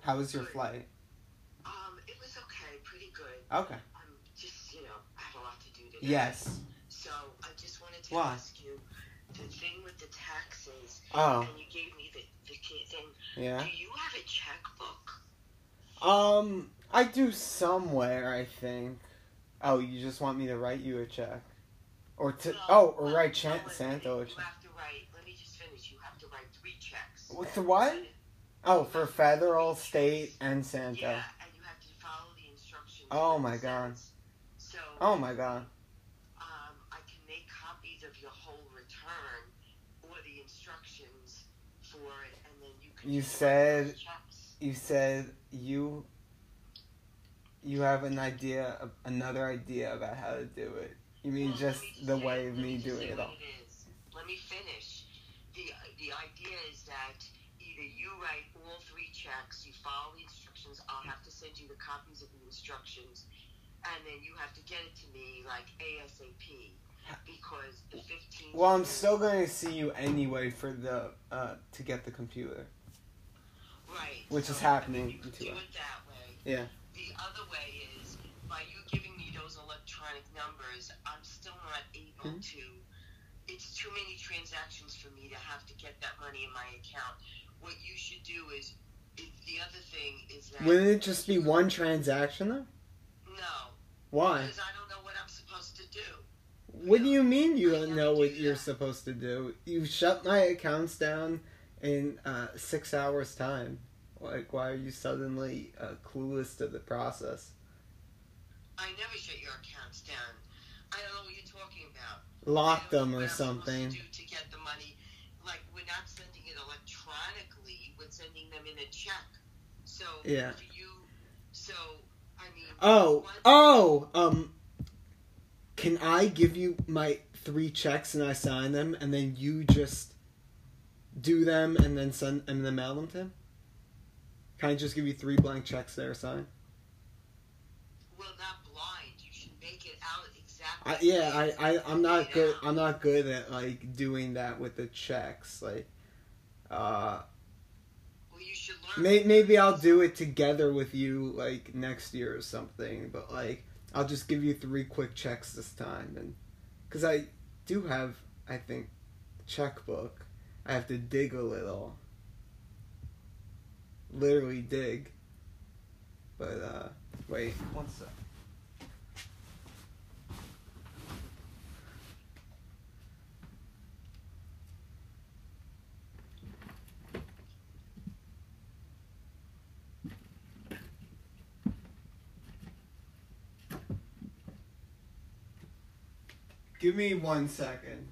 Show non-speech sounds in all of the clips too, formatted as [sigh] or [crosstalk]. How was your flight? Um, it was okay, pretty good. Okay. I'm just, you know, I have a lot to do today. Yes. So I just wanted to Why? ask you the thing with the taxes, Oh, and you gave me the, the key thing. yeah. Do you have a checkbook? Um, I do somewhere, I think. Oh, you just want me to write you a check? Or to, No, oh, or well, write no, Chan- wait, Santa You a check. have to write, let me just finish. You have to write three checks. With the what? Oh, for Federal, State, and Yeah, Santa. and you have to follow the instructions. Oh that it my God. says. So, Oh my god. um, I can make copies of your whole return or the instructions for it, and then you can. You just write said- those checks. You said you you have an idea, of- another idea about how to do it. You Well, mean let just me the say- way of let me just doing say it what all? is. Let me finish. The, the idea is that either you write all three checks, you follow the instructions, I'll have to send you the copies of the instructions, and then you have to get it to me like ASAP because the 15th. Well, I'm is- still going to see you anyway for the uh to get the computer. Right. which so, is happening I mean, you could to do us. it that way. Yeah. The other way is by you giving me those electronic numbers, I'm still not able Mhm. to. It's too many transactions for me to have to get that money in my account. What you should do is, is the other thing is that Wouldn't it just be one transaction though? no, Why? because I don't know what I'm supposed to do. What do you mean you don't know what you're supposed to do? You shut my accounts down in uh, six hours' time. Like, why are you suddenly uh, clueless to the process? I never shut your accounts down. I don't know what you're talking about. Lock I don't them know or what I'm supposed something. To, do to get the money, like we're not sending it electronically. We're sending them in a check. So Yeah. do you? So I mean. Oh, what- oh, um, can I give you my three checks and I sign them and then you just do them and then send and then mail them to him? Can I just give you three blank checks there, sign? Well, not blind. You should make it out exactly. I, yeah, I, I I'm not Made good. out. I'm not good at like doing that with the checks. Like, uh, Well, you should learn. may, maybe I'll do it together with you like next year or something. But like, I'll just give you three quick checks this time, and because I do have, I think, checkbook. I have to dig a little. Literally dig. But uh, wait. One sec. Give me one second.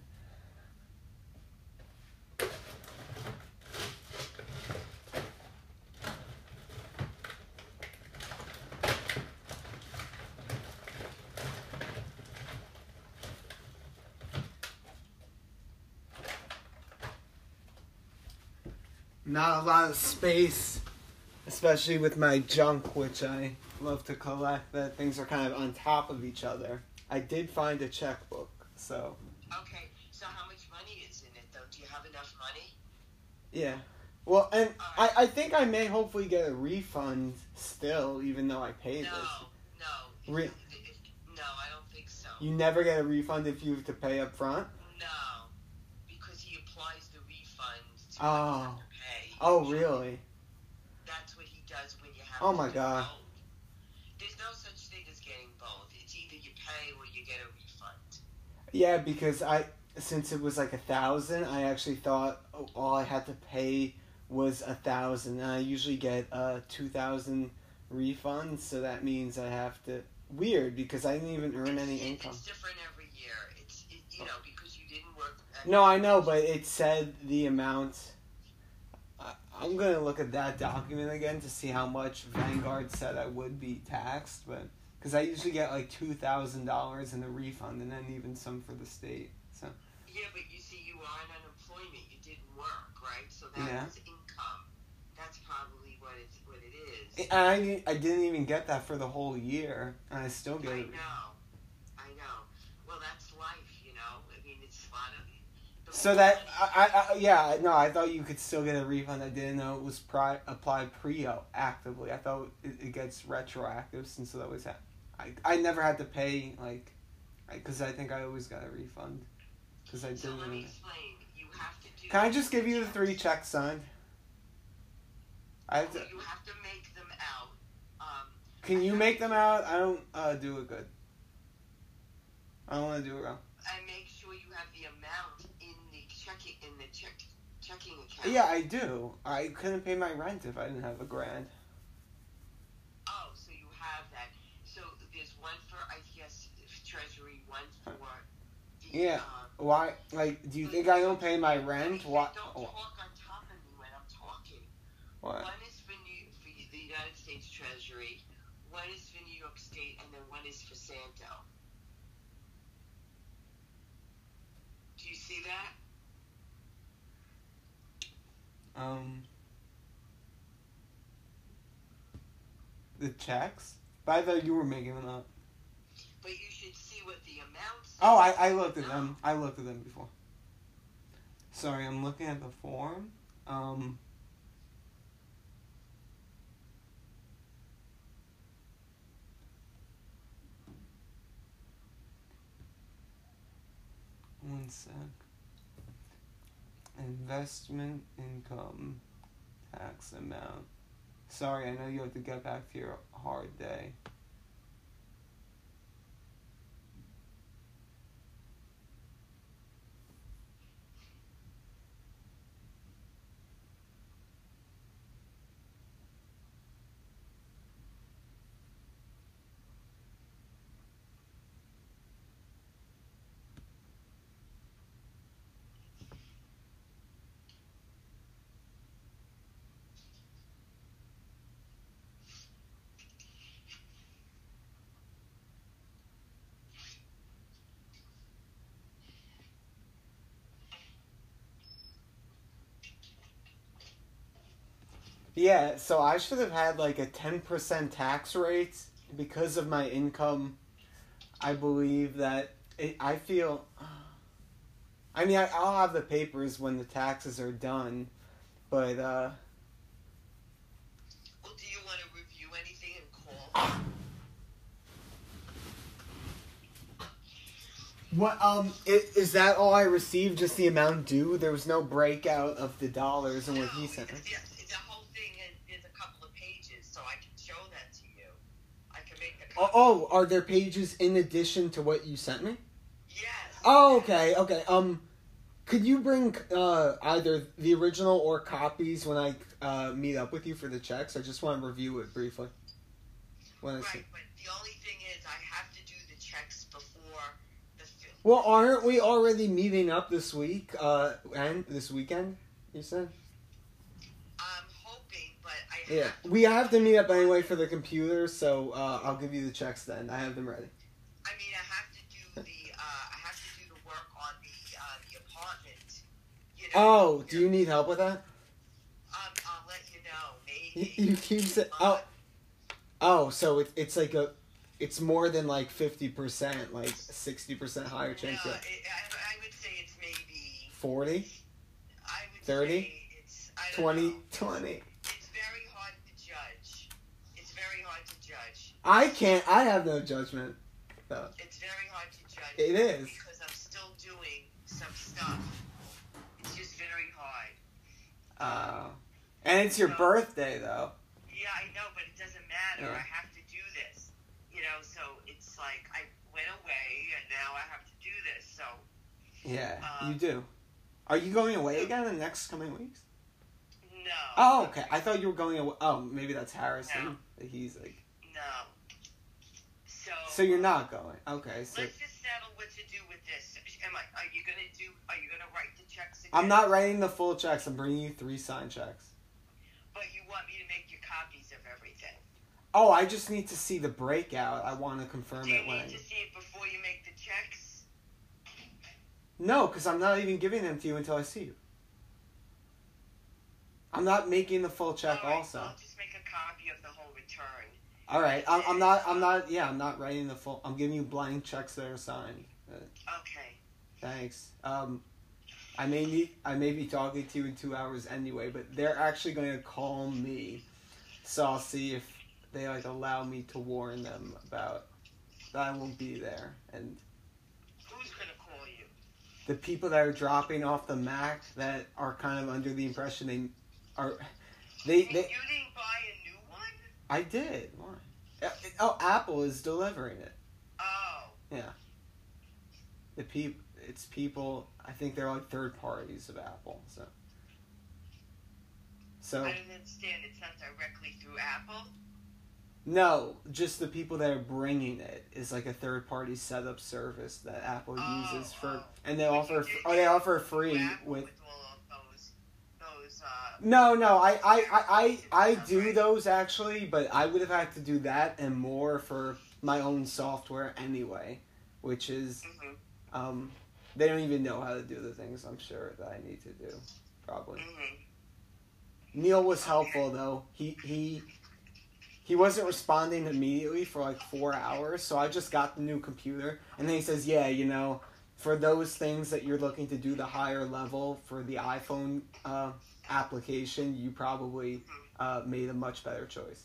Not a lot of space, especially with my junk, which I love to collect, that things are kind of on top of each other. I did find a checkbook, so Okay. So how much money is in it though? Do you have enough money? yeah. Well, and I, I think I may hopefully get a refund still, even though I paid no, this. no. If Re- you- if- no, I don't think so. You never get a refund if you have to pay up front. no, because he applies the refund to what you Oh. have to pay. Oh, really? That's what he does when you have. Oh to my do God. both. There's no such thing as getting both. It's either you pay or you get a refund. Yeah, because I since it was like a thousand, I actually thought oh, all I had to pay was a thousand. And I usually get uh two thousand refunds, so that means I have to. Weird, because I didn't even earn it's, any it- income. It's different every year. It's it, you know because you didn't work. at- No, I know, but it said the amount. I, I'm gonna look at that document again to see how much Vanguard said I would be taxed, but because I usually get like two thousand dollars in the refund, and then even some for the state. So Yeah, but you see, you were on unemployment. You didn't work, right? So that Yeah. was income. That's probably what it's what it is. And I didn't- I didn't even get that for the whole year, and I still get I it. know. I know. Well, that's life, you know. I mean, it's a lot of. The So that I, I, I yeah no I thought you could still get a refund. I didn't know it was pri- applied pre-actively. I thought it, it gets retroactive since it always ha- I I never had to pay like, because I think I always got a refund, because I So didn't. let me really- explain. You have to do. uh, Can I just give you the three checks signed? I have to, You have to make them out. Um, can you make them out? I don't uh, do it good. I don't want to do it wrong. and make sure you have the amount in the checking in the check checking account. Yeah, I do. I couldn't pay my rent if I didn't have a grand. Oh, so you have that. So there's one for I guess treasury, one for the. Yeah. Um, Why? Like, do you think I don't pay my rent? Why? Don't talk on top of me when I'm talking. Why? One is for New for the United States Treasury, one is for New York State, and then one is for Santo. Do you see that? Um. The checks? But I thought you were making them up. But you should see what the amounts. Oh, I, I looked at them. I looked at them before. Sorry, I'm looking at the form. Um. One sec. Investment income tax amount. Sorry, I know you have to get back to your hard day. Yeah, so I should have had like a 10% tax rate because of my income. I believe that it, I feel. I mean, I, I'll have the papers when the taxes are done, but uh, Well, do you want to review anything and call? what um is, is that all I received? Just the amount due? There was no breakout of the dollars and what he sent. me? it's- it's- the whole thing is, is a couple of pages, so I can show that to you. I can make the. Oh, oh, are there pages in addition to what you sent me? Yes. Oh, okay, okay. Um, could you bring uh, either the original or copies when I uh, meet up with you for the checks? I just want to review it briefly. When I see. Right, but the only thing is, I have to do the checks before the film. Well, aren't we already meeting up this week? Uh, and this weekend, you said. I'm hoping, but I Yeah, have. we have to meet up anyway for the computer, so uh, I'll give you the checks then. I have them ready. I mean, I have to do the. Uh, I have to do the work on the uh, the apartment. You know. Oh, do you need help with that? Um, I'll let you know. You, Maybe. [laughs] you keep saying. Oh, oh, so it, it's like a, it's more than like fifty percent, like sixty percent higher No, chance. of- it- I, I would say it's maybe. 40, I would 30? say it's. I don't 20, know. 20. It's very hard to judge. It's very hard to judge. I can't, I have no judgment. It's very hard to judge. It is. Because I'm still doing some stuff. It's just very hard. Uh, and it's your No. birthday, though. Yeah, I know, but it doesn't matter. Yeah. I have to do this. You know, so it's like I went away and now I have to do this. So Yeah, Uh, you do. Are you going away again in the next coming weeks? no. Oh, okay. I thought you were going away. Oh, maybe that's Harrison. No. He's like, No. So so you're not going. Okay, so Let's just settle what to do with this. Am I? Are you gonna do? Are you gonna write the checks? Again? I'm not writing the full checks. I'm bringing you three signed checks. But you want me to make your copies of everything. Oh, I just need to see the breakout. I want to confirm Do you it when. need I... to see it before you make the checks? No, because I'm not even giving them to you until I see you. I'm not making the full check. All right, also, I'll just make a copy of the whole return. All right, I'm, I'm not. I'm not. Yeah, I'm not writing the full. I'm giving you blank checks that are signed. Okay. Thanks. Um, I may need, I may be talking to you in two hours anyway, but they're actually going to call me, so I'll see if they like allow me to warn them about that I won't be there and Who's gonna call you? the people that are dropping off the Mac that are kind of under the impression they are they And they you didn't buy a new one? I did why Uh, oh Apple is delivering it Oh, the peop it's people I think they're like third parties of Apple so so Oh. I don't understand. It's not directly through Apple. no just the people that are bringing it is like a third party setup service that Apple Oh, uses for oh. and they offer oh they offer free Through Apple with with all of those, those. Uh, No, no, I, I, I, I, I do those actually, but I would have had to do that and more for my own software anyway, which is mhm, um, they don't even know how to do the things I'm sure that I need to do, probably. mhm. Neil was helpful though. He he he wasn't responding immediately for like four hours, so I just got the new computer, and then he says, "Yeah, you know, for those things that you're looking to do the higher level for the iPhone uh, application, you probably uh, made a much better choice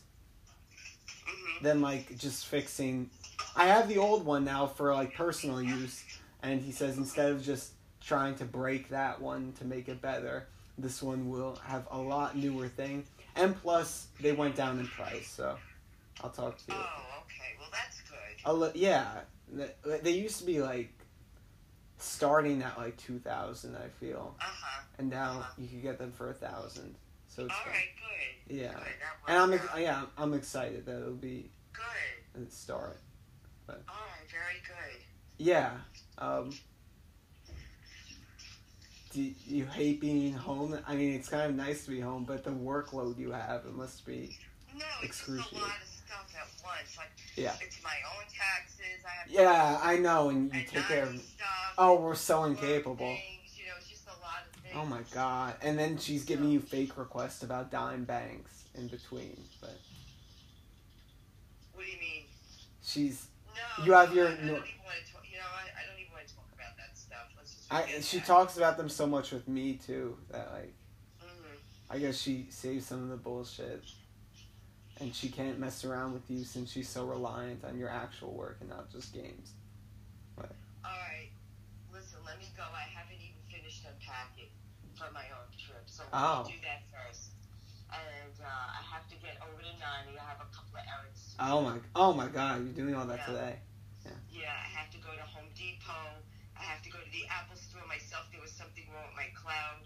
mhm. than like just fixing." I have the old one now for like personal use, and he says instead of just trying to break that one to make it better, this one will have a lot newer thing. And plus, they went down in price, so I'll talk to you. Oh, okay. Well, that's good. A li- yeah, th- they used to be like starting at like two thousand, I feel, Uh huh. and now you can get them for a thousand. So it's All good. right. Good. yeah, Good. That and I'm worked ex- out. yeah I'm excited that it'll be Good. a start. All right. Very good. Yeah. Um, do you hate being home? I mean, it's kind of nice to be home, but the workload you have, it must be. No, it's just a Excruciating. lot of stuff at once. Like Yeah. it's my own taxes. I have to Yeah, I know, and you and take care not of. stuff, Oh, we're so work incapable. Things, you know, it's just a lot of things. Oh my god. And then she's giving you fake requests about dime banks in between. But What do you mean? she's. No. You have your- I, I don't even want to talk. You know, I, I don't even want to talk about that stuff. Let's just. I, forget she that. talks about them so much with me, too, that, like, Mhm. I guess she saves some of the bullshit. And she can't mess around with you since she's so reliant on your actual work and not just games. All right. Listen, let me go. I haven't even finished unpacking for my own trip, so Oh. let me do that first. And uh, I have to get over to Nani. I have a couple of errands. to Oh my, oh my god, you're doing all that Yeah. today. Yeah, I have to go to Home Depot. I have to go to the Apple store myself. There was something wrong with my cloud.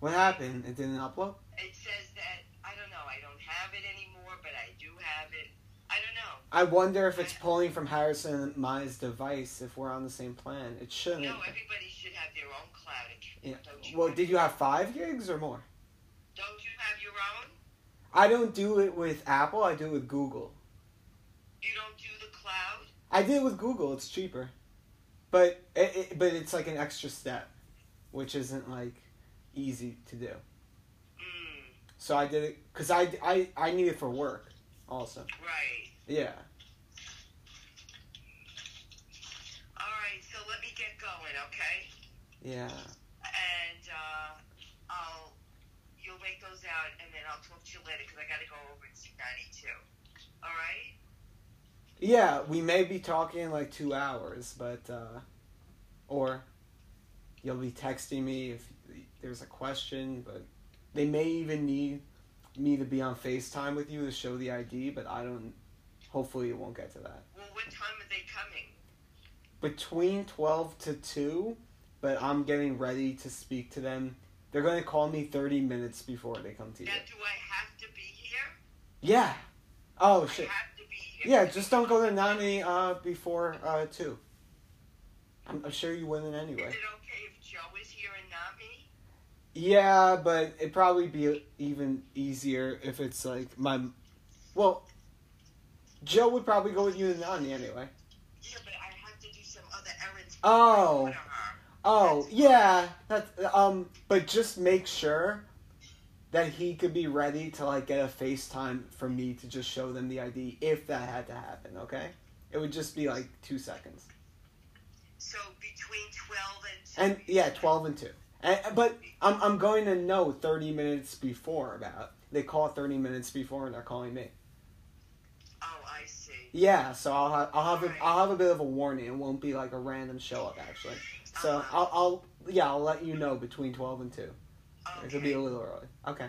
What happened? It didn't upload? It says that I don't know. I don't have it anymore, but I do have it. I don't know. I wonder if it's pulling from Harrison and Mai's device if we're on the same plan. It shouldn't. No, everybody should have their own cloud account. Yeah. Don't you? Well, did you have five gigs or more? Don't you have your own? I don't do it with Apple, I do it with Google. You don't do the cloud. I did it with Google, it's cheaper. But it, it, but it's like an extra step, which isn't like easy to do. Mm, So I did it because I, I, I need it for work also. right. Yeah. All right. So let me get going, okay? Yeah. And uh, I'll you'll make those out, and then I'll talk to you later because I got to go over and see Nani too. All right. Yeah, we may be talking in like two hours, but uh, or you'll be texting me if there's a question. But they may even need me to be on Facetime with you to show the ID. But I don't. Hopefully, it won't get to that. Well, what time are they coming? Between twelve to two, but I'm getting ready to speak to them. They're going to call me thirty minutes before they come to you. Now, do I have to be here? Yeah. Oh I shit. have to be here. Yeah, just don't go to Nani uh, before uh, two. I'm, I'm sure you wouldn't anyway. Is it okay if Joe is here and not me? Yeah, but it'd probably be even easier if it's like my. Well, Joe would probably go with you to Nani anyway. Yeah, but I have to do some other errands. Oh. before I go to her. Oh yeah, that's um. But just make sure that he could be ready to like get a FaceTime for me to just show them the ID if that had to happen. Okay, it would just be like two seconds. So between 12 and 2. And yeah, twelve and two. And, but I'm I'm going to know thirty minutes before about. They call thirty minutes before, and they're calling me. Oh, I see. Yeah, so I'll have I'll have a, I'll have a bit of a warning. It won't be like a random show up actually. So Uh-huh. I'll I'll yeah I'll let you know between twelve and two. It Okay. could be a little early. Okay. okay.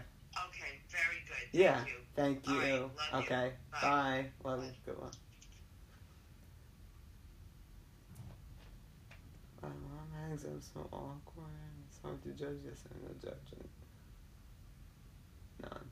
Very good. Thank Yeah. you. Thank All you. right, love you. okay. Bye. Bye. Love you. Bye. Good one. My mom hangs up so awkward. It's hard to judge this and no judgment. None.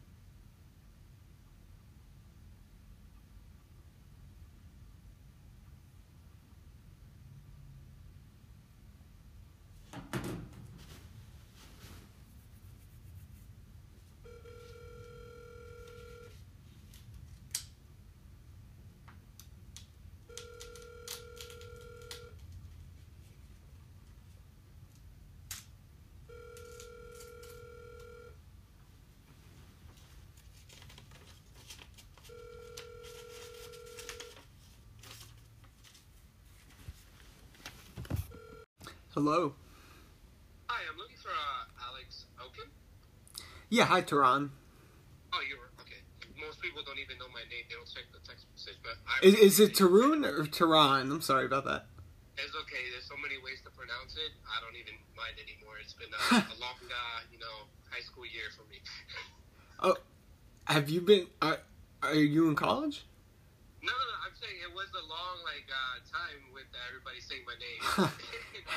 Hello. Hi, I'm looking for uh, Alex Oaken. Yeah. Hi, Tehran. Oh, you were okay. Most people don't even know my name; they don't check the text message. But I Is, is it Tarun or Tehran? I'm sorry about that. It's okay. There's so many ways to pronounce it. I don't even mind anymore. It's been uh, a long, uh, you know, high school year for me. [laughs] Oh, Have you been? Are, are you in college? no, no, no, I'm saying it was a long, like, uh, time with everybody saying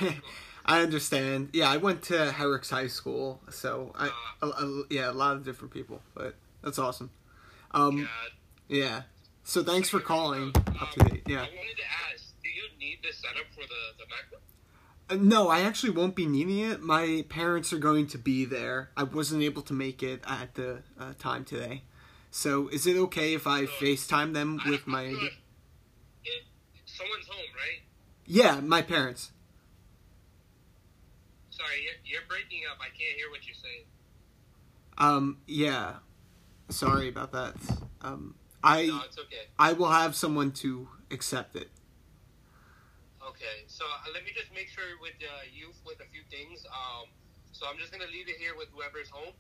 my name. [laughs] I understand. Yeah, I went to Herrick's High School, so [laughs] I, a, Uh, a- yeah, a lot of different people, but that's awesome. Um, God. yeah. So thanks for calling. Um, Up to date. Yeah. I wanted to ask: Do you need the setup for the the MacBook? Uh, No, I actually won't be needing it. My parents are going to be there. I wasn't able to make it at the uh, time today. So is it okay if I FaceTime them with I- my? I'm not- If someone's home, right? Yeah, my parents. Sorry, you're, you're breaking up. I can't hear what you're saying. Um, yeah. Sorry about that. Um, I. No, it's okay. I will have someone to accept it. Okay, so uh, let me just make sure with uh, you with a few things. Um, so I'm just gonna leave it here with whoever's home.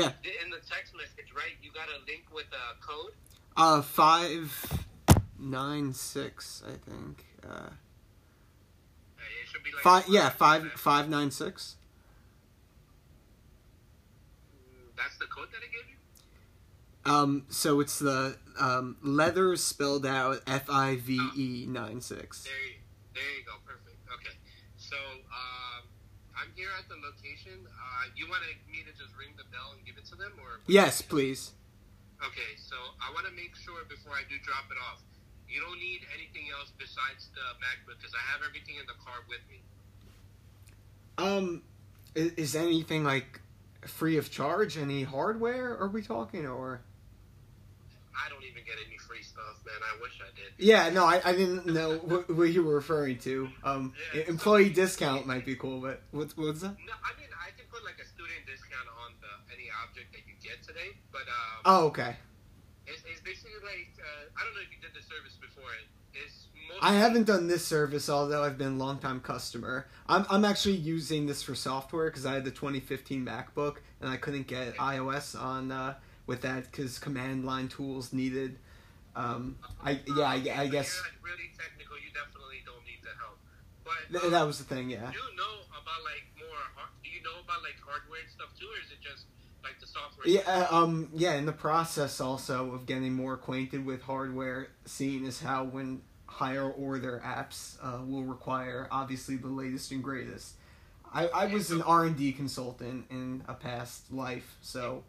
Yeah. Th- In the text message, right? You got a link with a code. Uh, five, nine, six. I think. Uh, Uh, It should be like five. Yeah, five, five, nine, six. That's the code that I gave you. Um, so it's the um leather spelled out F I V E nine six. There, you, there you go. Perfect. Okay, so um, I'm here at the location. Uh, you want me to just ring the bell and give it to them, or Yes, please. Okay, so I want to make sure before I do drop it off, you don't need anything else besides the MacBook because I have everything in the car with me. Um, is, is anything like free of charge? Any hardware? Are we talking or? I don't even get any free stuff, man. I wish I did. Yeah, no, I, I didn't know what, what you were referring to. Um, Yeah. employee discount might be cool, but what what's that? No, I mean I can put like a student discount on the any object that you get today, but um, Oh, okay. it's, it's basically like uh, I don't know if you did the service before. It, it's mostly, I haven't done this service, although I've been a longtime customer. I'm, I'm actually using this for software because I had the 2015 MacBook and I couldn't get iOS on uh, with that because command line tools needed. Um, I yeah, I, I But guess You're like really technical. You definitely don't need the help. But um, th- that was the thing. Yeah. Do you know about like more? har- Do you know about like hardware and stuff too, or is it just like the software? Yeah, uh, um, yeah. In the process, also of getting more acquainted with hardware, seeing as how when higher order apps uh, will require obviously the latest and greatest. I, I was an R and D consultant in a past life, so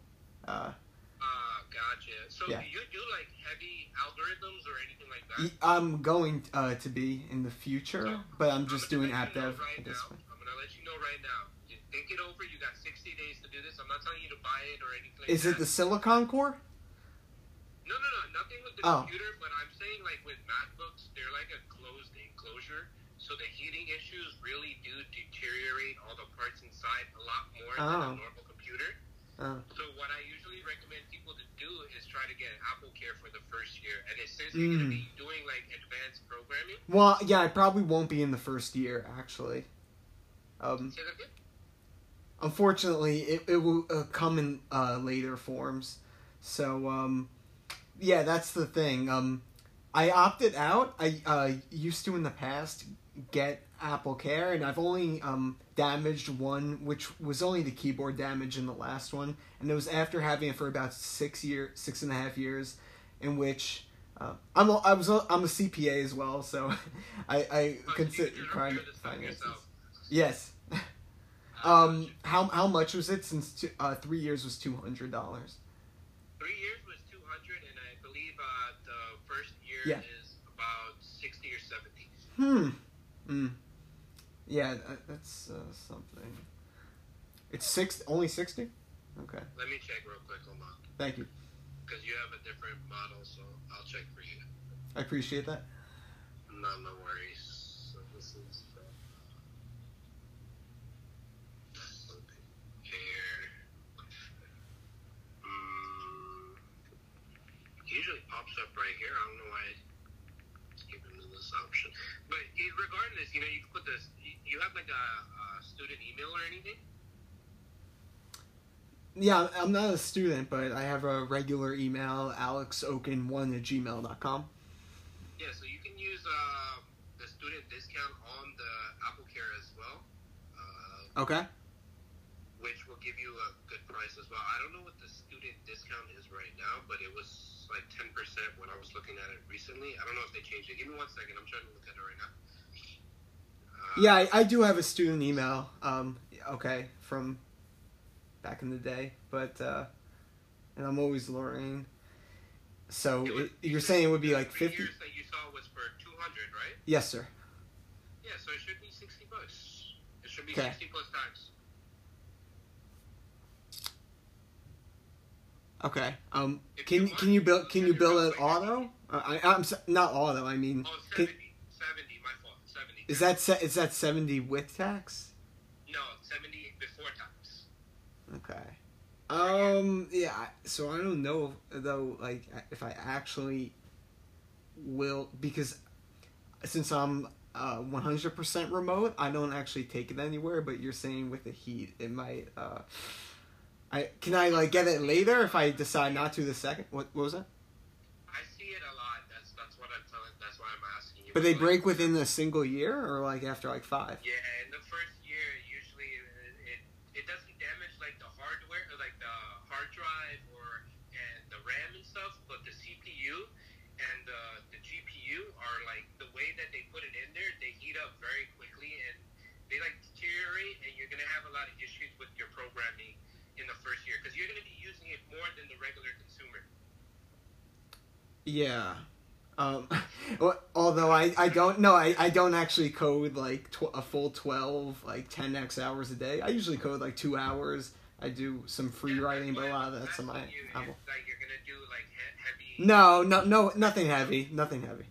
uh, Ah, gotcha. So Yeah. do you do like heavy algorithms or anything like that? y- e, I'm going uh, to be in the future, but I'm just gonna doing let app you know dev right at this now. point. I'm gonna let you know right now. You think it over. You got 60 days to do this. I'm not telling you to buy it or anything. Like Is it that. the Silicon Core? No, no, no. Nothing with the Oh. computer. But I'm saying like with MacBooks, they're like a closed enclosure. So the heating issues really do deteriorate all the parts inside a lot more Oh. than a normal computer. Oh. So what I usually recommend people to do is try to get Apple Care for the first year, and it says you're gonna Mm. be doing like advanced programming. Well, yeah, I probably won't be in the first year actually. Um, Say that again? unfortunately, it, it will uh, come in uh, later forms. So, um, yeah, that's the thing. Um, I opted out. I uh, used to in the past get Apple Care, and I've only um, damaged one, which was only the keyboard damage in the last one, and it was after having it for about six year, six and a half years, in which. Uh, I'm a, I was a, I'm a CPA as well, so [laughs] I I Oh, consider you- you're crime doing this stuff finances. yourself. Yes. [laughs] Uh, Um, how how much was it since two, uh, three years was two hundred dollars? Three years was 200, and I believe uh, the first year Yeah. is about 60 or 70. Hmm. Hmm. Yeah, that, that's uh, something. It's six, only sixty. Okay, Let me check real quick, hold on. thank you. Because you have a different model, so I'll check for you. I appreciate that. No, no worries. So this is uh, from here. Mm, usually pops up right here. I don't know why it's given me this option. But it- regardless, you know, you can put this. you- You have like a, a student email or anything? Yeah, I'm not a student, but I have a regular email, alexoken1 at gmail.com. Yeah, so you can use uh, the student discount on the Apple Care as well. Uh, Okay. which will give you a good price as well. I don't know what the student discount is right now, but it was like 10% when I was looking at it recently. I don't know if they changed it. Give me one second. I'm trying to look at it right now. Uh, Yeah, I, I do have a student email. Um, okay, from back in the day, but uh, and I'm always learning. So it it, was- you're saying it would be the like three fifty? years that you saw was for 200, right? Yes, sir. Yeah, so it should be 60 bucks. It should be Okay. 60 plus times. Okay. Um, If can want, can you build can you can build it like- auto? Uh, I I'm s not auto. I mean, Oh, can, 70. 70, my fault. 70. is that se- is that seventy with tax? No, 70 before tax. Okay. Um. Yeah. I- So I don't know though. Like, if I actually will, because since I'm uh 100% remote, I don't actually take it anywhere. But you're saying with the heat, it might. Uh, I can I like get it later if I decide not to the second. What, what was that? I see it a lot. That's that's what I'm telling. That's why I'm asking you. But they Like- break within a single year, or like after like five. Yeah, in the first year, usually it, it it doesn't damage like the hardware, like the hard drive or and the RAM and stuff, but the CPU and the the GPU are like the way that they put it in there, they heat up very quickly and they like deteriorate, and you're gonna have a lot of issues with your programming in the first year because you're gonna be using it more than the regular consumer. Yeah. Um, [laughs] although I, I don't no I, I don't actually code like tw- a full 12 like 10x hours a day i usually code like two hours i do some free Yeah, writing but a why lot of I'm that's on my asking you if, apple Like you're gonna do like he- heavy. no no no nothing heavy nothing heavy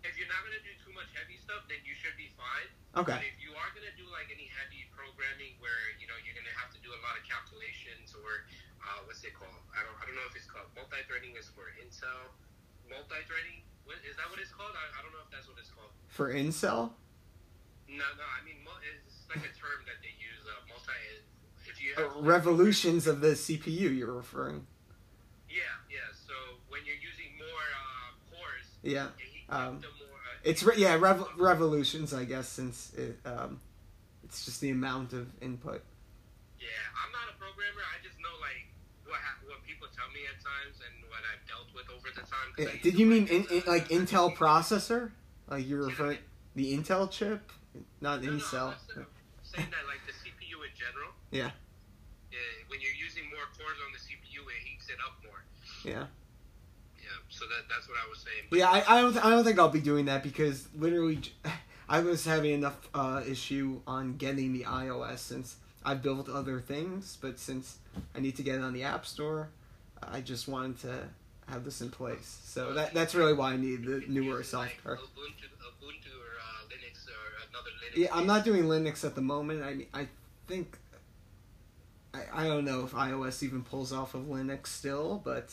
If you're not gonna do too much heavy stuff, then you should be fine. okay But if you are going to do like any heavy programming where you know you're going to have to do a lot of calculations or uh, what's it called? I don't I don't know if it's called multi-threading is for Intel. Multi-threading what, is that what it's called? I, I don't know if that's what it's called. for incel No, no. I mean mul- it's like a term that they use. Uh, multi. If you uh, have revolutions of the cpu you're referring Yeah, yeah. So when you're using more uh, cores, yeah it heats Um, up the more. Uh, it's re- yeah rev- revolutions i guess since it um it's just the amount of input Yeah, I'm not a programmer. I just know like what ha- what people tell me at times and what I've dealt with over the time. 'cause Yeah, I used Eh, Did to you mean work in, as in, a- like [laughs] Intel processor? Like you're referring the Intel chip, not No, no, I'm Incel. just, uh, saying that like the CPU in general. Yeah. Yeah, when you're using more cores on the CPU, it heats it up more. Yeah. Yeah, so that that's what I was saying. But yeah, I, I don't I don't think I'll be doing that because literally, j- [laughs] I was having enough uh, issue on getting the iOS since I built other things, but since I need to get it on the App Store, I just wanted to have this in place. So that that's really why I need the newer software. Like, Ubuntu, Ubuntu or uh, Linux or another Linux. Yeah, I'm not doing Linux at the moment. I mean, I think I, I don't know if iOS even pulls off of Linux still, but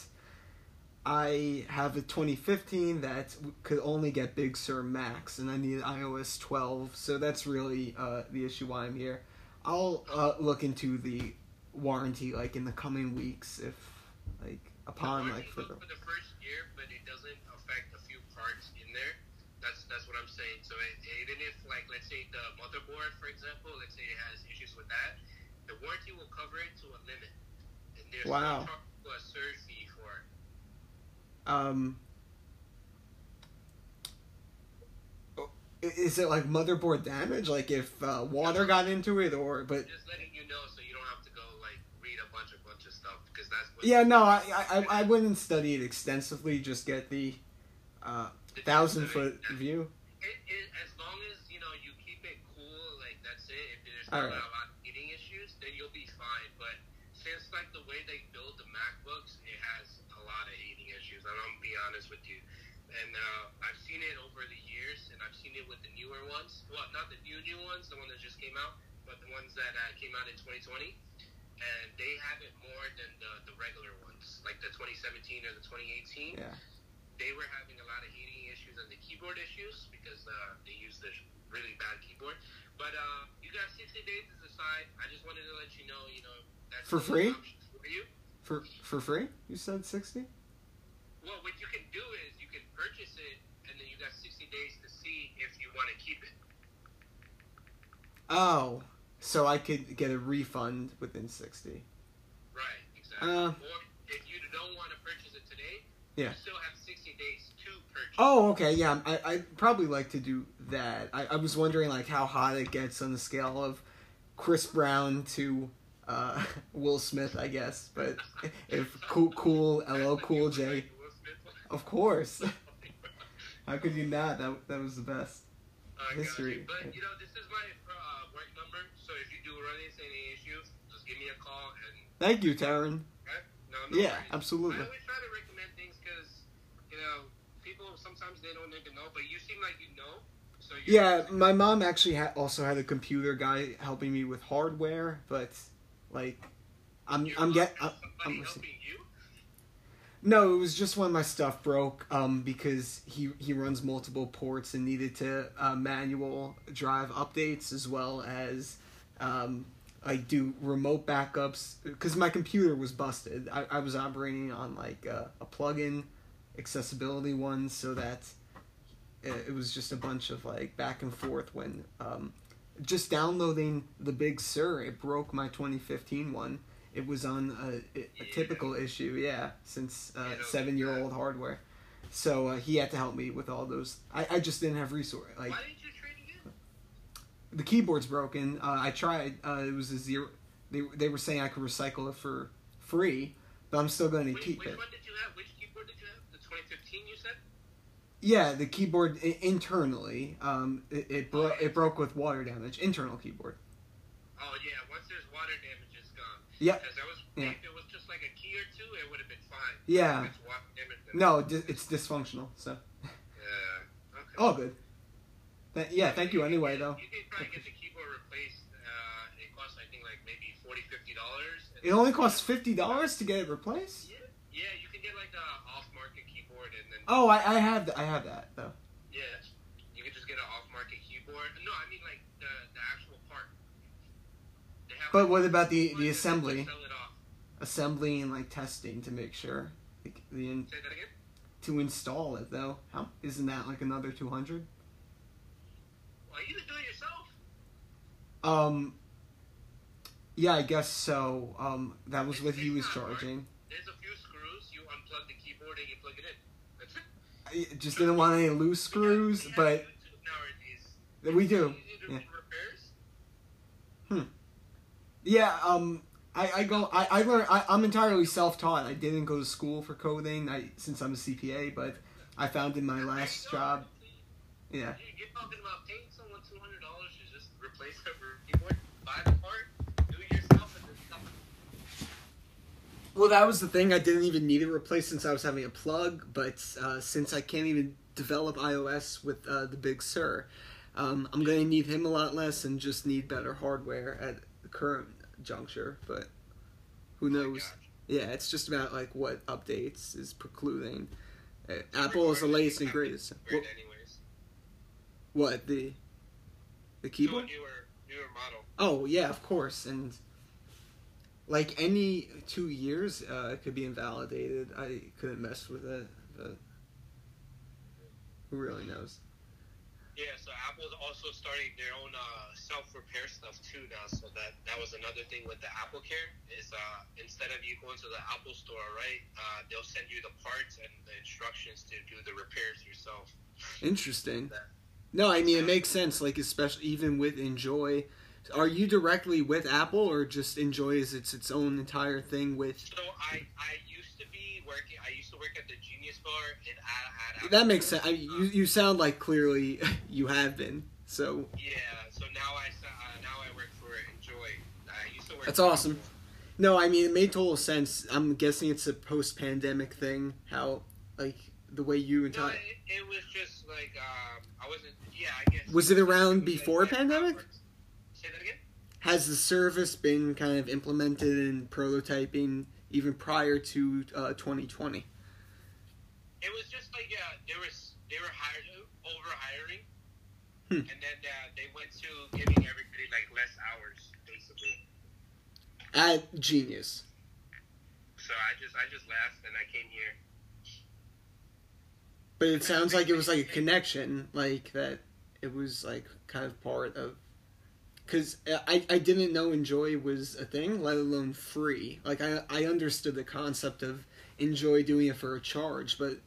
I have a 2015 that w- could only get Big Sur Max, and I need iOS 12. So that's really uh, the issue why I'm here. I'll uh, look into the warranty like in the coming weeks if like upon like warranty for goes the for the first year, but it doesn't affect a few parts in there. That's that's what I'm saying. So it, even if like let's say the motherboard, for example, let's say it has issues with that, the warranty will cover it to a limit, and there's Wow. no charge for a surge fee for it. um. i- Is it like motherboard damage? Like if uh, water got into it, or but Just letting you know, so you don't have to go like read a bunch of bunch of stuff because that's what yeah, no, I I, I- I wouldn't study it extensively. Just get the uh, the- thousand foot the- view. It, it, as long as you know you keep it cool, like that's it. If there's All right. not a lot of eating issues, then you'll be fine. But since like the way they build the MacBooks, it has a lot of eating issues. And I'm gonna be honest with you. And uh, I've seen it over the years, and I've seen it with the newer ones. Well, not the new new ones, the one that just came out, but the ones that uh, came out in 2020. And they have it more than the, the regular ones, like the 2017 or the 2018 Yeah. they were having a lot of heating issues and the keyboard issues because uh, they use this really bad keyboard. But uh, you got 60 days to decide. I just wanted to let you know, you know, that's For still an free? option For you. For for free? You said sixty? Well, what you can do is you can purchase it, and then you got 60 days to see if you want to keep it. Oh, so I could get a refund within sixty. Right, exactly. Uh. or if you don't want to purchase it today, Yeah. you still have 60 days to purchase. Oh, okay, yeah. I I probably like to do that. I, I was wondering like how hot it gets on the scale of Chris Brown to uh, [laughs] Will Smith, I guess. But if cool, cool, That's LL the Cool new J, Will Smith [laughs] Oh, of course. one. How could you not? That that was the best. Uh, History. History. But you know, this is my uh, work number, so if you do run into any issues, just give me a call and. Thank you, Taryn. Okay? No, no Yeah, worries. I absolutely. always try to recommend things because you know people sometimes they don't even know, but you seem like you know. So you're Yeah, my mom actually ha- also had a computer guy helping me with hardware, but like, I'm you're I'm get I'm, somebody I'm rece- helping you. No, it was just when my stuff broke um, because he he runs multiple ports and needed to uh, manual drive updates as well as um, I do remote backups because my computer was busted. I, I was operating on like uh, a plug-in accessibility one, so that it, it was just a bunch of like back and forth when um, just downloading the Big Sur. It broke my 2015 one. It was on a, a typical issue, yeah, since uh, Yeah, no, seven year old hardware. So uh, he had to help me with all those. I, I just didn't have resource. Like Why didn't you trade again? the keyboard's broken. Uh, I tried. Uh, it was a zero. They they were saying I could recycle it for free, but I'm still going to Which, keep which it. one did you have? Which keyboard did you have? The 2015 you said? Yeah, the keyboard I- internally, um, it it, bro- it broke with water damage. Internal keyboard. Oh yeah, once there's water damage, it's gone. Yeah. Because I was Yeah. if it was just like a key or two, it would have been fine. Yeah. If it's water damage, then- No, di- it's dysfunctional. So Yeah. Okay. all good. Th- yeah, thank you anyway though. You can probably get the keyboard replaced. Uh, it costs, I think, like maybe forty, fifty dollars. It only costs fifty dollars to get it replaced. Yeah, yeah, you can get like a off-market keyboard, and then Oh, I I have th- I have that though. yeah, you can just get an off-market keyboard. No, I mean like the, the actual part. They have, But like, what about the ones the that assembly, Sell it off. assembly and like testing to make sure like, the in- Say that again. to install it though? How isn't that like another two hundred? Well, you can do it yourself. Um. Yeah, I guess so. Um, that was It's- what he it's was not hard. charging. There's a few screws. You unplug the keyboard and you plug it in. That's it. I just didn't want any loose screws, We have- we but have YouTube nowadays. we do. It's easy to Yeah. do repairs. Yeah, um, I, I go, I, I learn, I, I'm entirely self-taught. I didn't go to school for coding I, since I'm a CPA, but I found in my There you last go. job, yeah, You- You're talking about paying someone two hundred dollars to just replace their keyboard, buy the part, do it yourself, and then stop. Well, that was the thing. I didn't even need it replaced since I was having a plug, but uh, since I can't even develop iOS with uh, the Big Sur, um, I'm going to need him a lot less and just need better hardware at the current juncture. But who Oh my knows? gosh. Yeah, it's just about like what updates is precluding. Uh, Apple is the latest and greatest. Weird anyways. What, what the the People keyboard? newer, newer model. Oh yeah, of course, and like any two years, uh, it could be invalidated. I couldn't mess with it, but who really knows? Yeah, so Apple's also starting their own uh, self-repair stuff too now. So that that was another thing with the Apple Care is uh, instead of you going to the Apple store, right? Uh, they'll send you the parts and the instructions to do the repairs yourself. Interesting. No, I mean it makes sense. Like especially even with Enjoy, are you directly with Apple or just Enjoy is its its own entire thing with? So I I used to be working. I used to work at the Genius Bar and at, at That makes sense. I, you you sound like clearly [laughs] you have been. So Yeah, so now I s- uh, now I work for Enjoy. I used to work. That's for awesome. Apple. no, I mean it made total sense. I'm guessing it's a post pandemic thing. How like the way you No, entire. it, it was just like um, I wasn't. Yeah, I guess. Was it around was like, before yeah, pandemic? backwards. Say that again. has the service been kind of implemented in prototyping even prior to uh, 2020? It was just like yeah, they were s- they were hired over hiring, Hmm. and then uh, they went to giving everybody like less hours basically. At Genius. So I just I just left and I came here. But it sounds like it was like a connection, like that it was like kind of part of. Because I, I didn't know Enjoy was a thing, let alone free. Like, I, I understood the concept of Enjoy doing it for a charge, but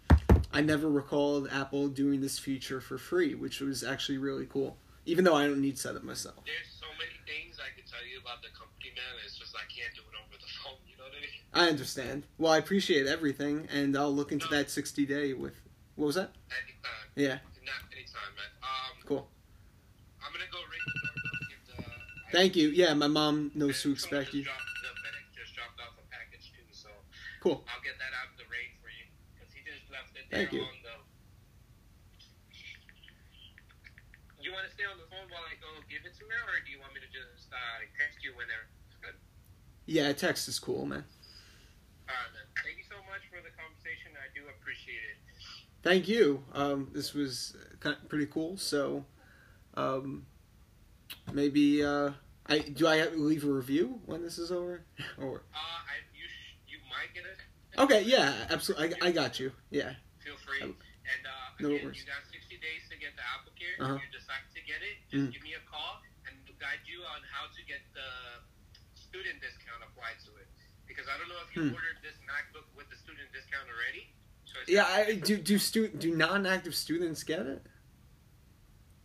I never recalled Apple doing this feature for free, which was actually really cool. Even though I don't need setup myself. There's so many things I could tell you about the company, man. It's just I can't do it over the phone. You know what I mean? [laughs] I understand. Well, I appreciate everything, and I'll look into that 60 day with. What was that? Anytime, Yeah, not anytime, man. Um, cool. I'm gonna go ring the doorbell. uh, Give the Thank you. Yeah, my mom knows who expect Someone just you. dropped- The FedEx just dropped off a package too, so Cool. I'll get that out of the rain for you because he just left it there Thank you. on the. You want to stay on the phone while I go give it to her, or do you want me to just uh, text you whenever? Yeah, text is cool, man. All right, man. Uh, Thank you so much for the conversation. I do appreciate it. Thank you. Um, this was kind pretty cool. So, um, maybe uh, I do I have to leave a review when this is over, [laughs] or Uh, I you sh- you might get it. okay, yeah, absolutely. I, I got you. Yeah, Feel free. Um, And uh, no again, worries. you got 60 days to get the AppleCare. Uh-huh. If you decide to get it, just Mm. give me a call and we'll guide you on how to get the student discount applied to it. Because I don't know if you Hmm. ordered this MacBook with the student discount already. So it's yeah. I do do stu- do non active students get it?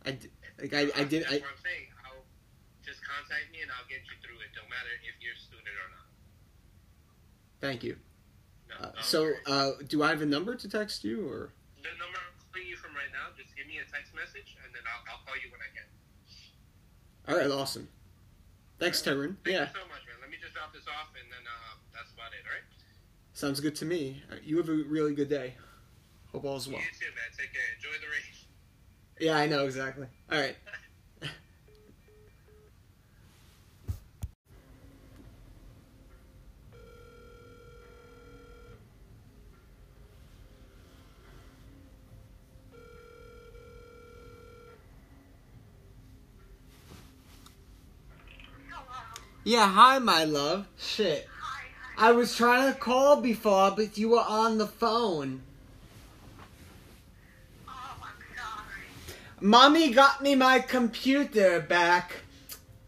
I d- like I, I did I That's what I'm saying. I'll just contact me and I'll get you through it. No matter if you're a student or not. thank you. No, Uh, no so, worries. uh, do I have a number to text you, or the number I'm calling you from right now, just give me a text message and then I'll, I'll call you when I can. all right, awesome. Thanks, Tyron. Thank Yeah, you so much, man. Let me just drop this off and then uh, that's about it. All right. sounds good to me. Uh, You have a really good day. Hope all's well. You too, man. Take care. Enjoy the race. Yeah, I know exactly. All right. Yeah, hi, my love. Shit. I was trying to call before, but you were on the phone. oh, Mommy got me my computer back.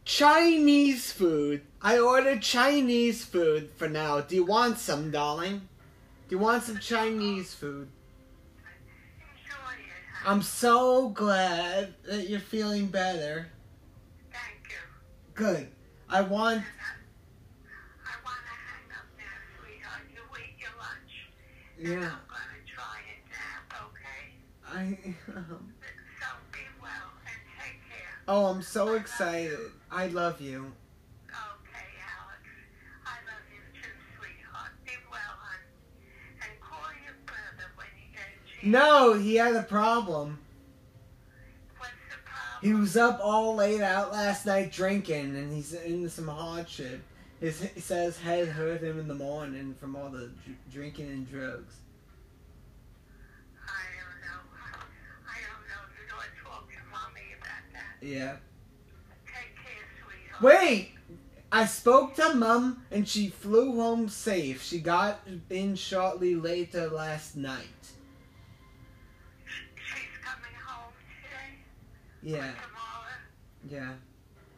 Chinese food. I ordered Chinese food for now. Do you want some, darling? Do you want some Chinese food? I'm so glad that you're feeling better. Thank you. uh, Good. I want. I want to hang up now, sweetheart. You eat your lunch. And Yeah. I'm going to try it now, okay? I. [laughs] So be well and take care. Oh, I'm so excited. I love you. Okay, Alex. I love you too, sweetheart. Be well, hon. And call your brother when you get a chance. No, he had a problem. What's the problem? He was up all late out last night drinking, and he's in some hardship. His, he says head hurt him in the morning from all the dr- drinking and drugs. I don't know. I don't know. You don't talk to Mommy about that. Yeah. Take care, sweetheart. Wait! I spoke to mum and she flew home safe. She got in shortly later last night. She's coming home today Yeah, or tomorrow. yeah.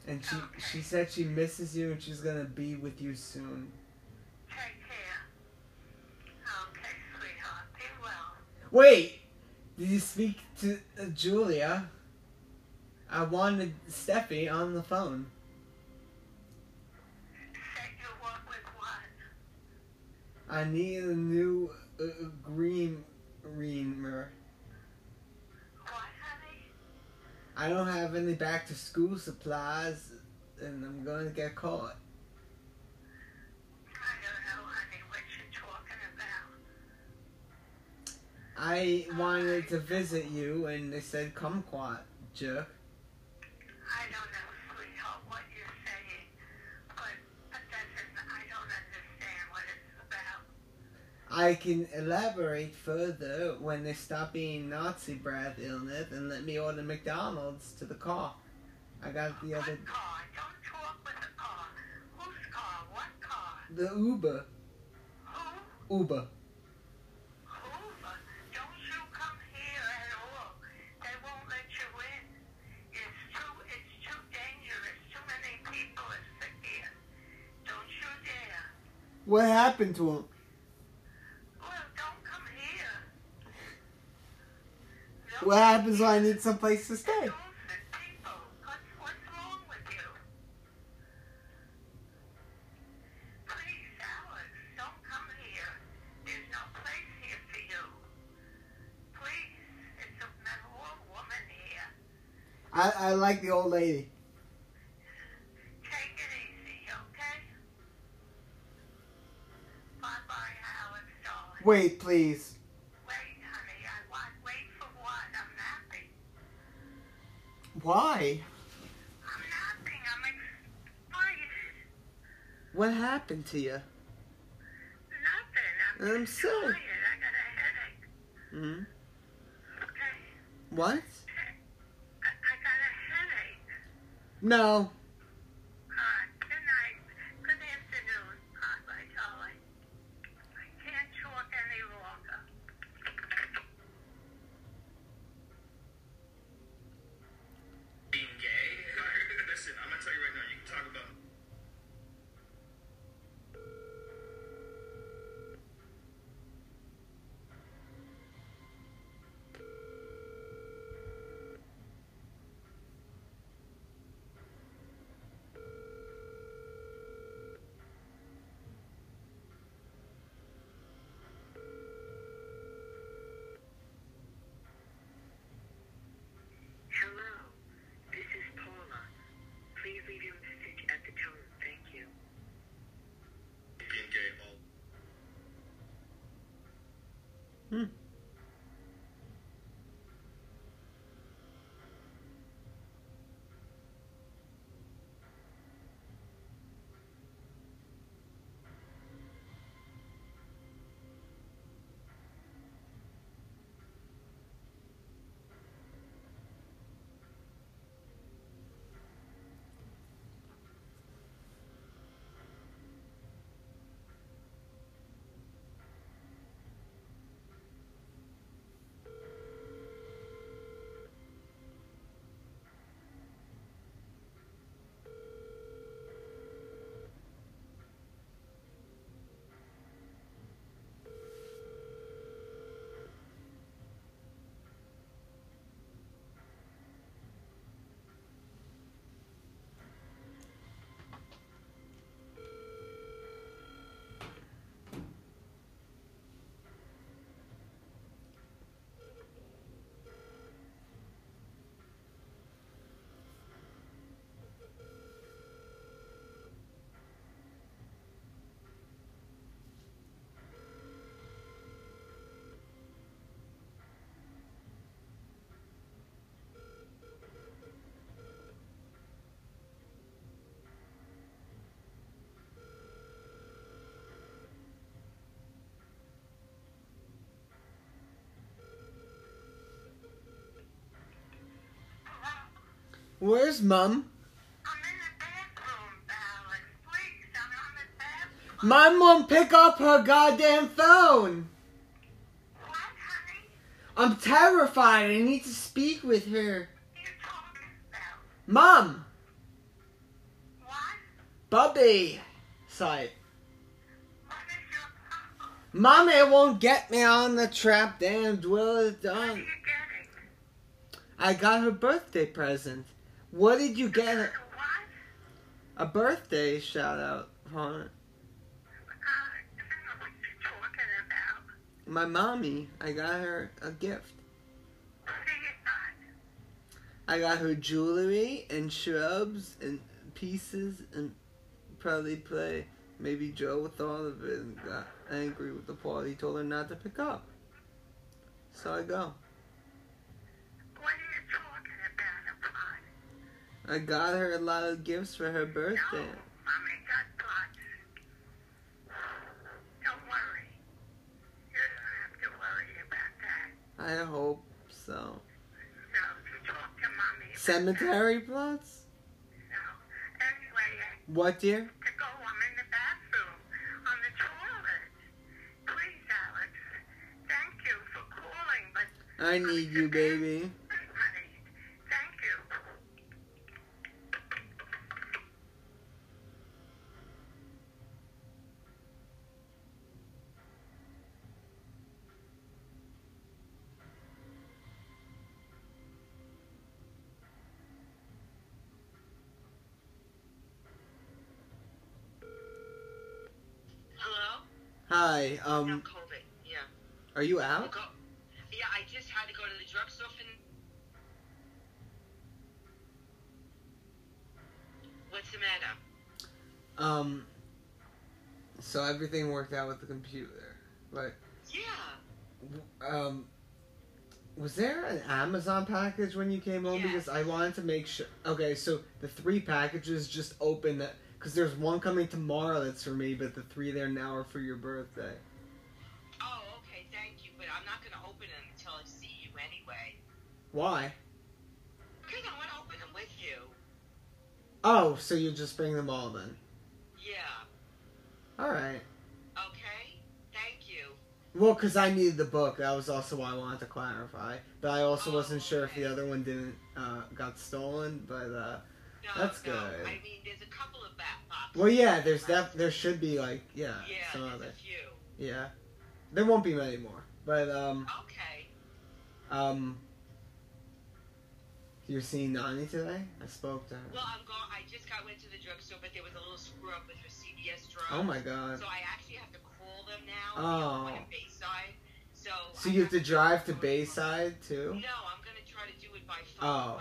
And she she said she misses you and she's gonna be with you soon. Take care. Okay, sweetheart. Be well. Wait, did you speak to uh, Julia? I wanted Steffi on the phone. Set your work with what? I need a new uh, uh, green reamer. What, honey? I don't have any back to school supplies, and I'm going to get caught. I don't know, honey, what you're talking about. I wanted to visit you, and they said kumquat, jerk. I don't know, sweetheart, what you're saying, but that doesn't, I don't understand what it's about. I can elaborate further when they stop being Nazi breath illness and let me order McDonald's to the car. I got the other What car? Don't talk with the car. Whose car? What car? the Uber, Who? Uber. Hoover. Don't you come here at all. They won't let you in. It's too, it's too dangerous. Too many people are sick here. Don't you dare. What happened to him? Well, don't come here. No. What happens when I need someplace to stay? Don't sit people. What's, what's wrong with you? Please, Alex, don't come here. There's no place here for you. Please, it's a man or woman here. I, I like the old lady. Take it easy, okay? Bye bye, Alex, darling. Wait, please. Wait, honey, I want, wait for what? I'm napping. Why? I'm napping, I'm excited. What happened to you? Nothing, I'm, I'm just sorry. tired. I got a headache. Hmm? Okay. What? I, I got a headache. No. Uh, good night. Good afternoon, uh, my darling. I can't talk any longer. Being gay? Listen, I'm gonna tell you right now, you can talk about Hello, this is Paula. Please leave your message at the tone. Thank you. being gay all Hmm. Hello? Where's mum? I'm in the bathroom. My mom pick up her goddamn phone. What, honey? I'm terrified. I need to speak with her. You talking about? Mom, What? Bubby. Sorry. What is your problem? Mommy won't get me on the trap. Damn, dwell is What are done. you getting? I got her birthday present. What did you get? her? What? A birthday shout out, huh? Uh, I don't know what you're talking about. My mommy. I got her a gift. What do you got? I got her jewelry and shrubs and pieces and probably play. Maybe Joe with all of it and got angry with the party. He told her not to pick up. So I go. What are you talking about, about? I got her a lot of gifts for her No, birthday. mommy got lots. Don't worry. You don't have to worry about that. I hope so. No, you talk to mommy. about Cemetery plots? that. No. Anyway, I What, dear? have to go. I'm in the bathroom. On the toilet. Please, Alex. Thank you for calling, but I need you, baby. honey, thank you. Hello? Hi. I'm Um, COVID. Yeah. are you out? Go. Yeah, I just had to go to the drugstore for. What's the matter? Um. So everything worked out with the computer, right? Yeah. um was there an Amazon package when you came home? Yes. Because I wanted to make sure. Okay, so the three packages just open that because there's one coming tomorrow that's for me, but the three there now are for your birthday. Oh, okay, thank you, but I'm not gonna open them until I see you anyway. Why? Because I wanna open them with you. Oh, so you just bring them all then? Yeah. All right. Okay? Thank you. Well, because I needed the book. That was also why I wanted to clarify. But I also Oh, wasn't sure if okay. the other one didn't uh, got stolen. But uh, No, That's no, good. I mean, there's a couple of bat boxes. well, yeah, there's right? def- there should be like yeah, Yeah, some there's other a few. yeah. There won't be many more. But um. Okay. Um, you're seeing Nani today? I spoke to her. Well, I'm going. I just got went to the drugstore, but there was a little screw up with her CVS drug. Oh my god. So I actually have to call them now. Oh. The other one in Bayside. So. So I you have to drive to go tomorrow. Bayside too? No, I'm gonna try to do it by Oh.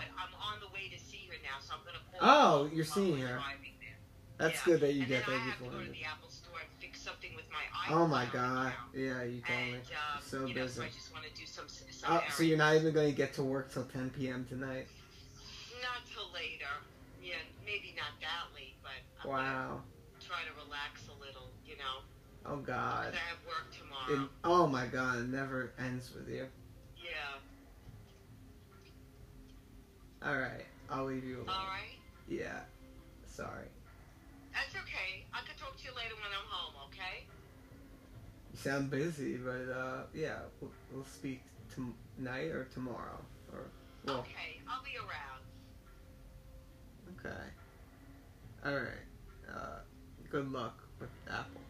phone. But I'm on the way to see her now, so I'm gonna call. Oh, her you're while seeing I'm her. driving there. That's Yeah. good that you and get then that I have to before. go to me. the Apple store and fix something with my iPhone. Oh my right god. now. Yeah, you told me. And um, So you know, so I busy. just want to do some. some Oh, so you're errands. not even going to get to work till 10 p.m. tonight. Not till later. Yeah, maybe not that late, but I'm gonna Wow. try to relax a little. You know. Oh god. Because I have work tomorrow. It, oh my god, it never ends with you. yeah. Alright, I'll leave you alone. All right. Yeah. Sorry. That's okay. I can talk to you later when I'm home. Okay. You sound busy, but uh, yeah, we'll, we'll speak tonight or tomorrow. Or, well, Okay. I'll be around. Okay. All right. Uh, good luck with Apple.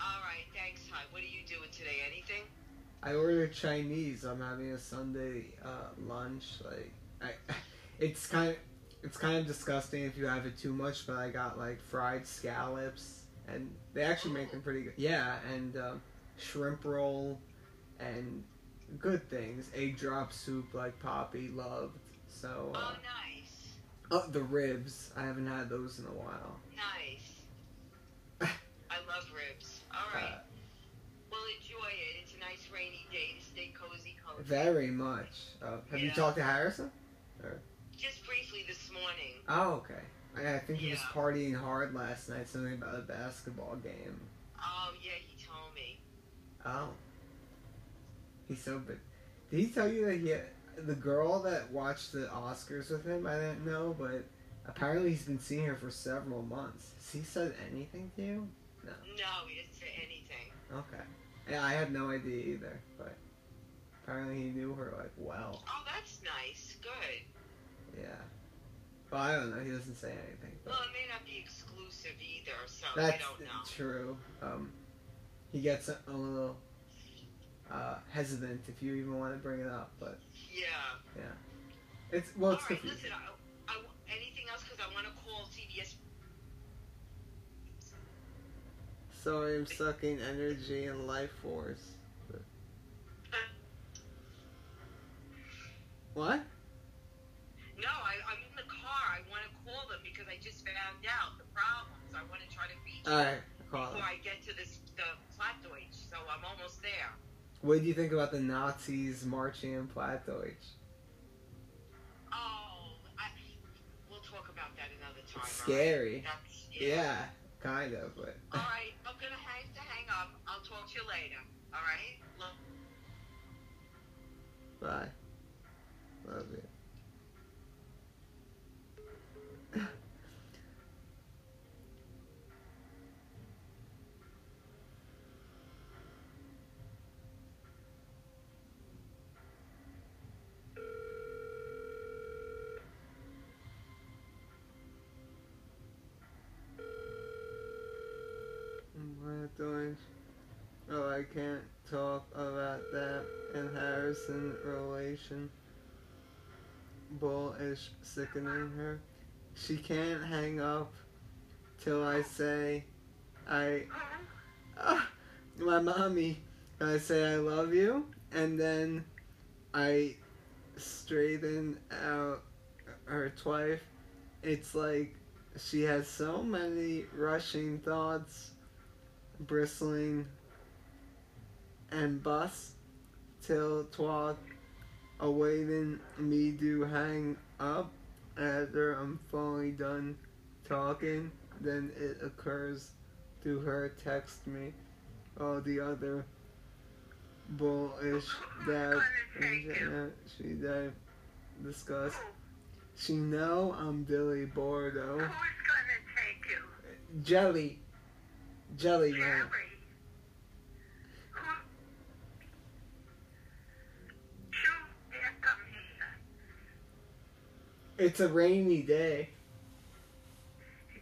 All right. Thanks, hon. What are you doing today? Anything? I ordered Chinese. I'm having a Sunday uh, lunch. Like, I, [laughs] it's kind of, it's kind of disgusting if you have it too much. But I got like fried scallops, and they actually make them pretty good. Yeah, and um, shrimp roll, and good things. Egg drop soup, like Poppy loved. So, uh, Oh, nice. oh, the ribs. I haven't had those in a while. [laughs] Nice. I love ribs. All right. Uh, well, enjoy it. It's a nice rainy day to stay cozy, cozy. Very much. Uh, have you Yeah. talked to Harrison? Just briefly this morning. Oh, okay. I, I think he was Yeah. partying hard last night. Something about a basketball game. Oh yeah, he told me. Oh, he's so big. Did he tell you that he had, the girl that watched the Oscars with him? I didn't know, but apparently he's been seeing her for several months. Has he said anything to you? No. No, he didn't say anything. Okay. Yeah, I had no idea either, but apparently he knew her like well. Oh, that's nice. Good. Yeah. Well, I don't know. He doesn't say anything. But Well, it may not be exclusive either, so I that's don't know. true. Um, he gets a, a little uh, hesitant if you even want to bring it up, but Yeah. it's well, All it's right, confusing. listen. I, I, anything else? Because I want to call CBS. So I'm sucking energy and life force. What? No, I, I'm in the car. I want to call them because I just found out the problems. I want to try to reach All right, call before I get to this the Plattdeutsch. So I'm almost there. What do you think about the Nazis marching in Plattdeutsch? Oh, I, we'll talk about that another time. all right? Scary. That's, Yeah, kind of, but [laughs] All right, I'm gonna have to hang up. I'll talk to you later. All right. Love bye. Love it. Plattdeutsch. Oh, I can't talk about that in Harrison relation. Bull is sickening her. She can't hang up till I say, I, Uh-huh. ah, my mommy, I say I love you, and then I straighten out her twife. It's like she has so many rushing thoughts bristling and bus till twat awaiting me to hang up after I'm fully done talking then it occurs to her text me all the other bullish that she that discussed she know I'm Billy Bordeaux Who's gonna take you? jelly jelly man Jerry. Who? You dare come here? It's a rainy day.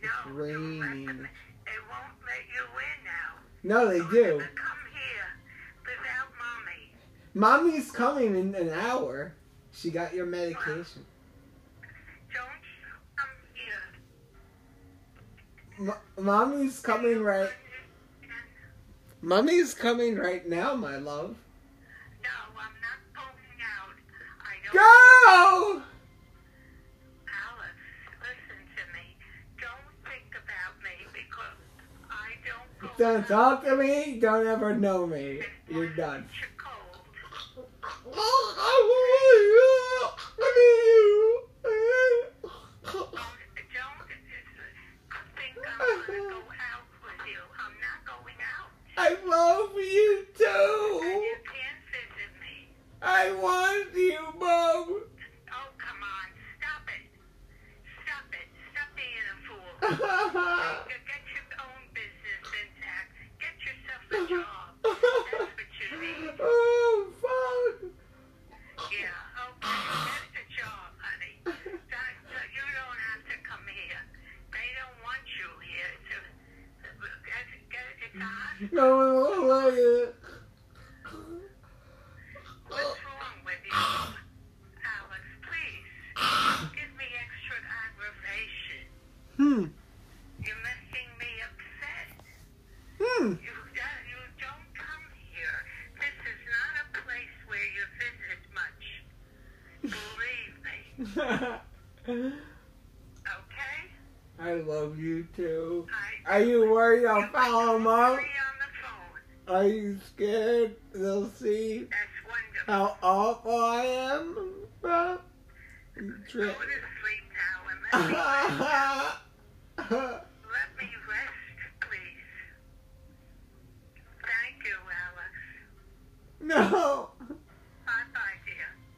No, you let raining. them- They won't let you in now. No, they do. Come here without mommy. Mommy's coming in an hour. She got your medication. Don't you come here. M- mommy's coming right. Mommy's coming right now, my love. No, I'm not going out. I don't. Go! Alice, listen to me. Don't think about me because I don't go Don't out. talk to me. Don't ever know me. You're done. You're cold. Don't think I'm gonna go out with you. I'm not going out. I love you And too. you can't visit me. I want you, mom. [laughs] Oh, come on. Stop it. Stop it. Stop being a fool. You Get your own business intact. Get yourself a job. That's what you need. oh Yeah, okay. Get a job, honey. That, that you don't have to come here. They don't want you here. To, get, get, it's a fuck! hospital. No one will love you. Oh. What's wrong with you? Alex, please. Give me extra aggravation. Hmm. You're making me upset. Hmm. You, don't- you don't come here. This is not a place where you visit much. Believe me, okay? [laughs] I love you too. I, Are you worried I'll follow them up? Free on the phone. Are you scared they'll see That's wonderful. how awful I am? [laughs] Huh? Tri- Go to sleep now and let [laughs] me rest. let me rest, please. Thank you, Alex. no. Bye bye,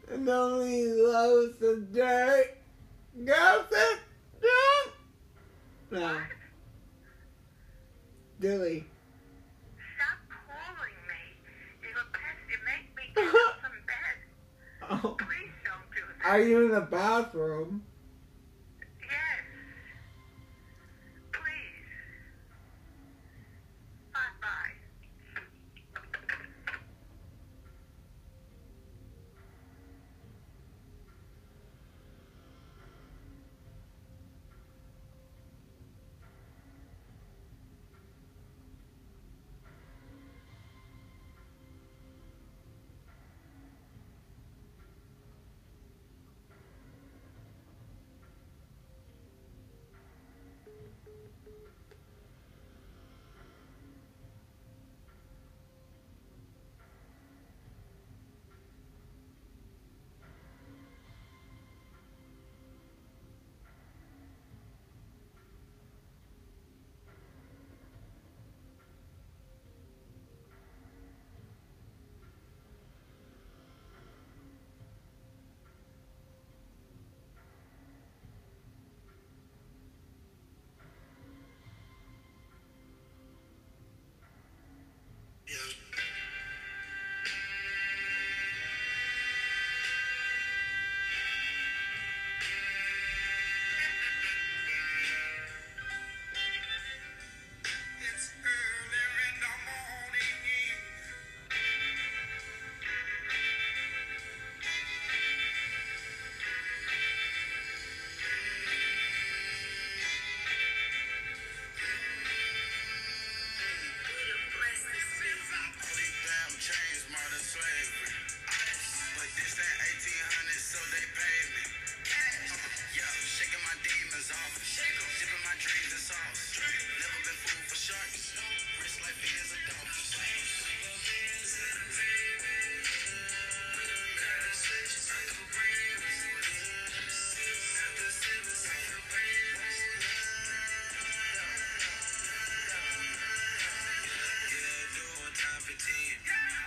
dear. Nobody loves the dirt. Gossip. No. No. What? Dilly. Stop calling me. You're a pest. You make me [laughs] get up from bed. Oh, Please don't do that. are you in the bathroom? Yes. Please. Bye bye. It's early in the morning. I put down chains, modern slavery. But this ain't 1800, so they paid me. Yo, shaking my demons off. Dipping my dreams in sauce. Never been fooled for sharks. Wrist like fans of dolphins. Yeah, doing time for ten.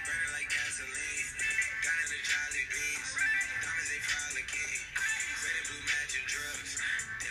Burning like gasoline. Got in the Jolly Beans. Diamonds they file again. Red and blue magic drugs.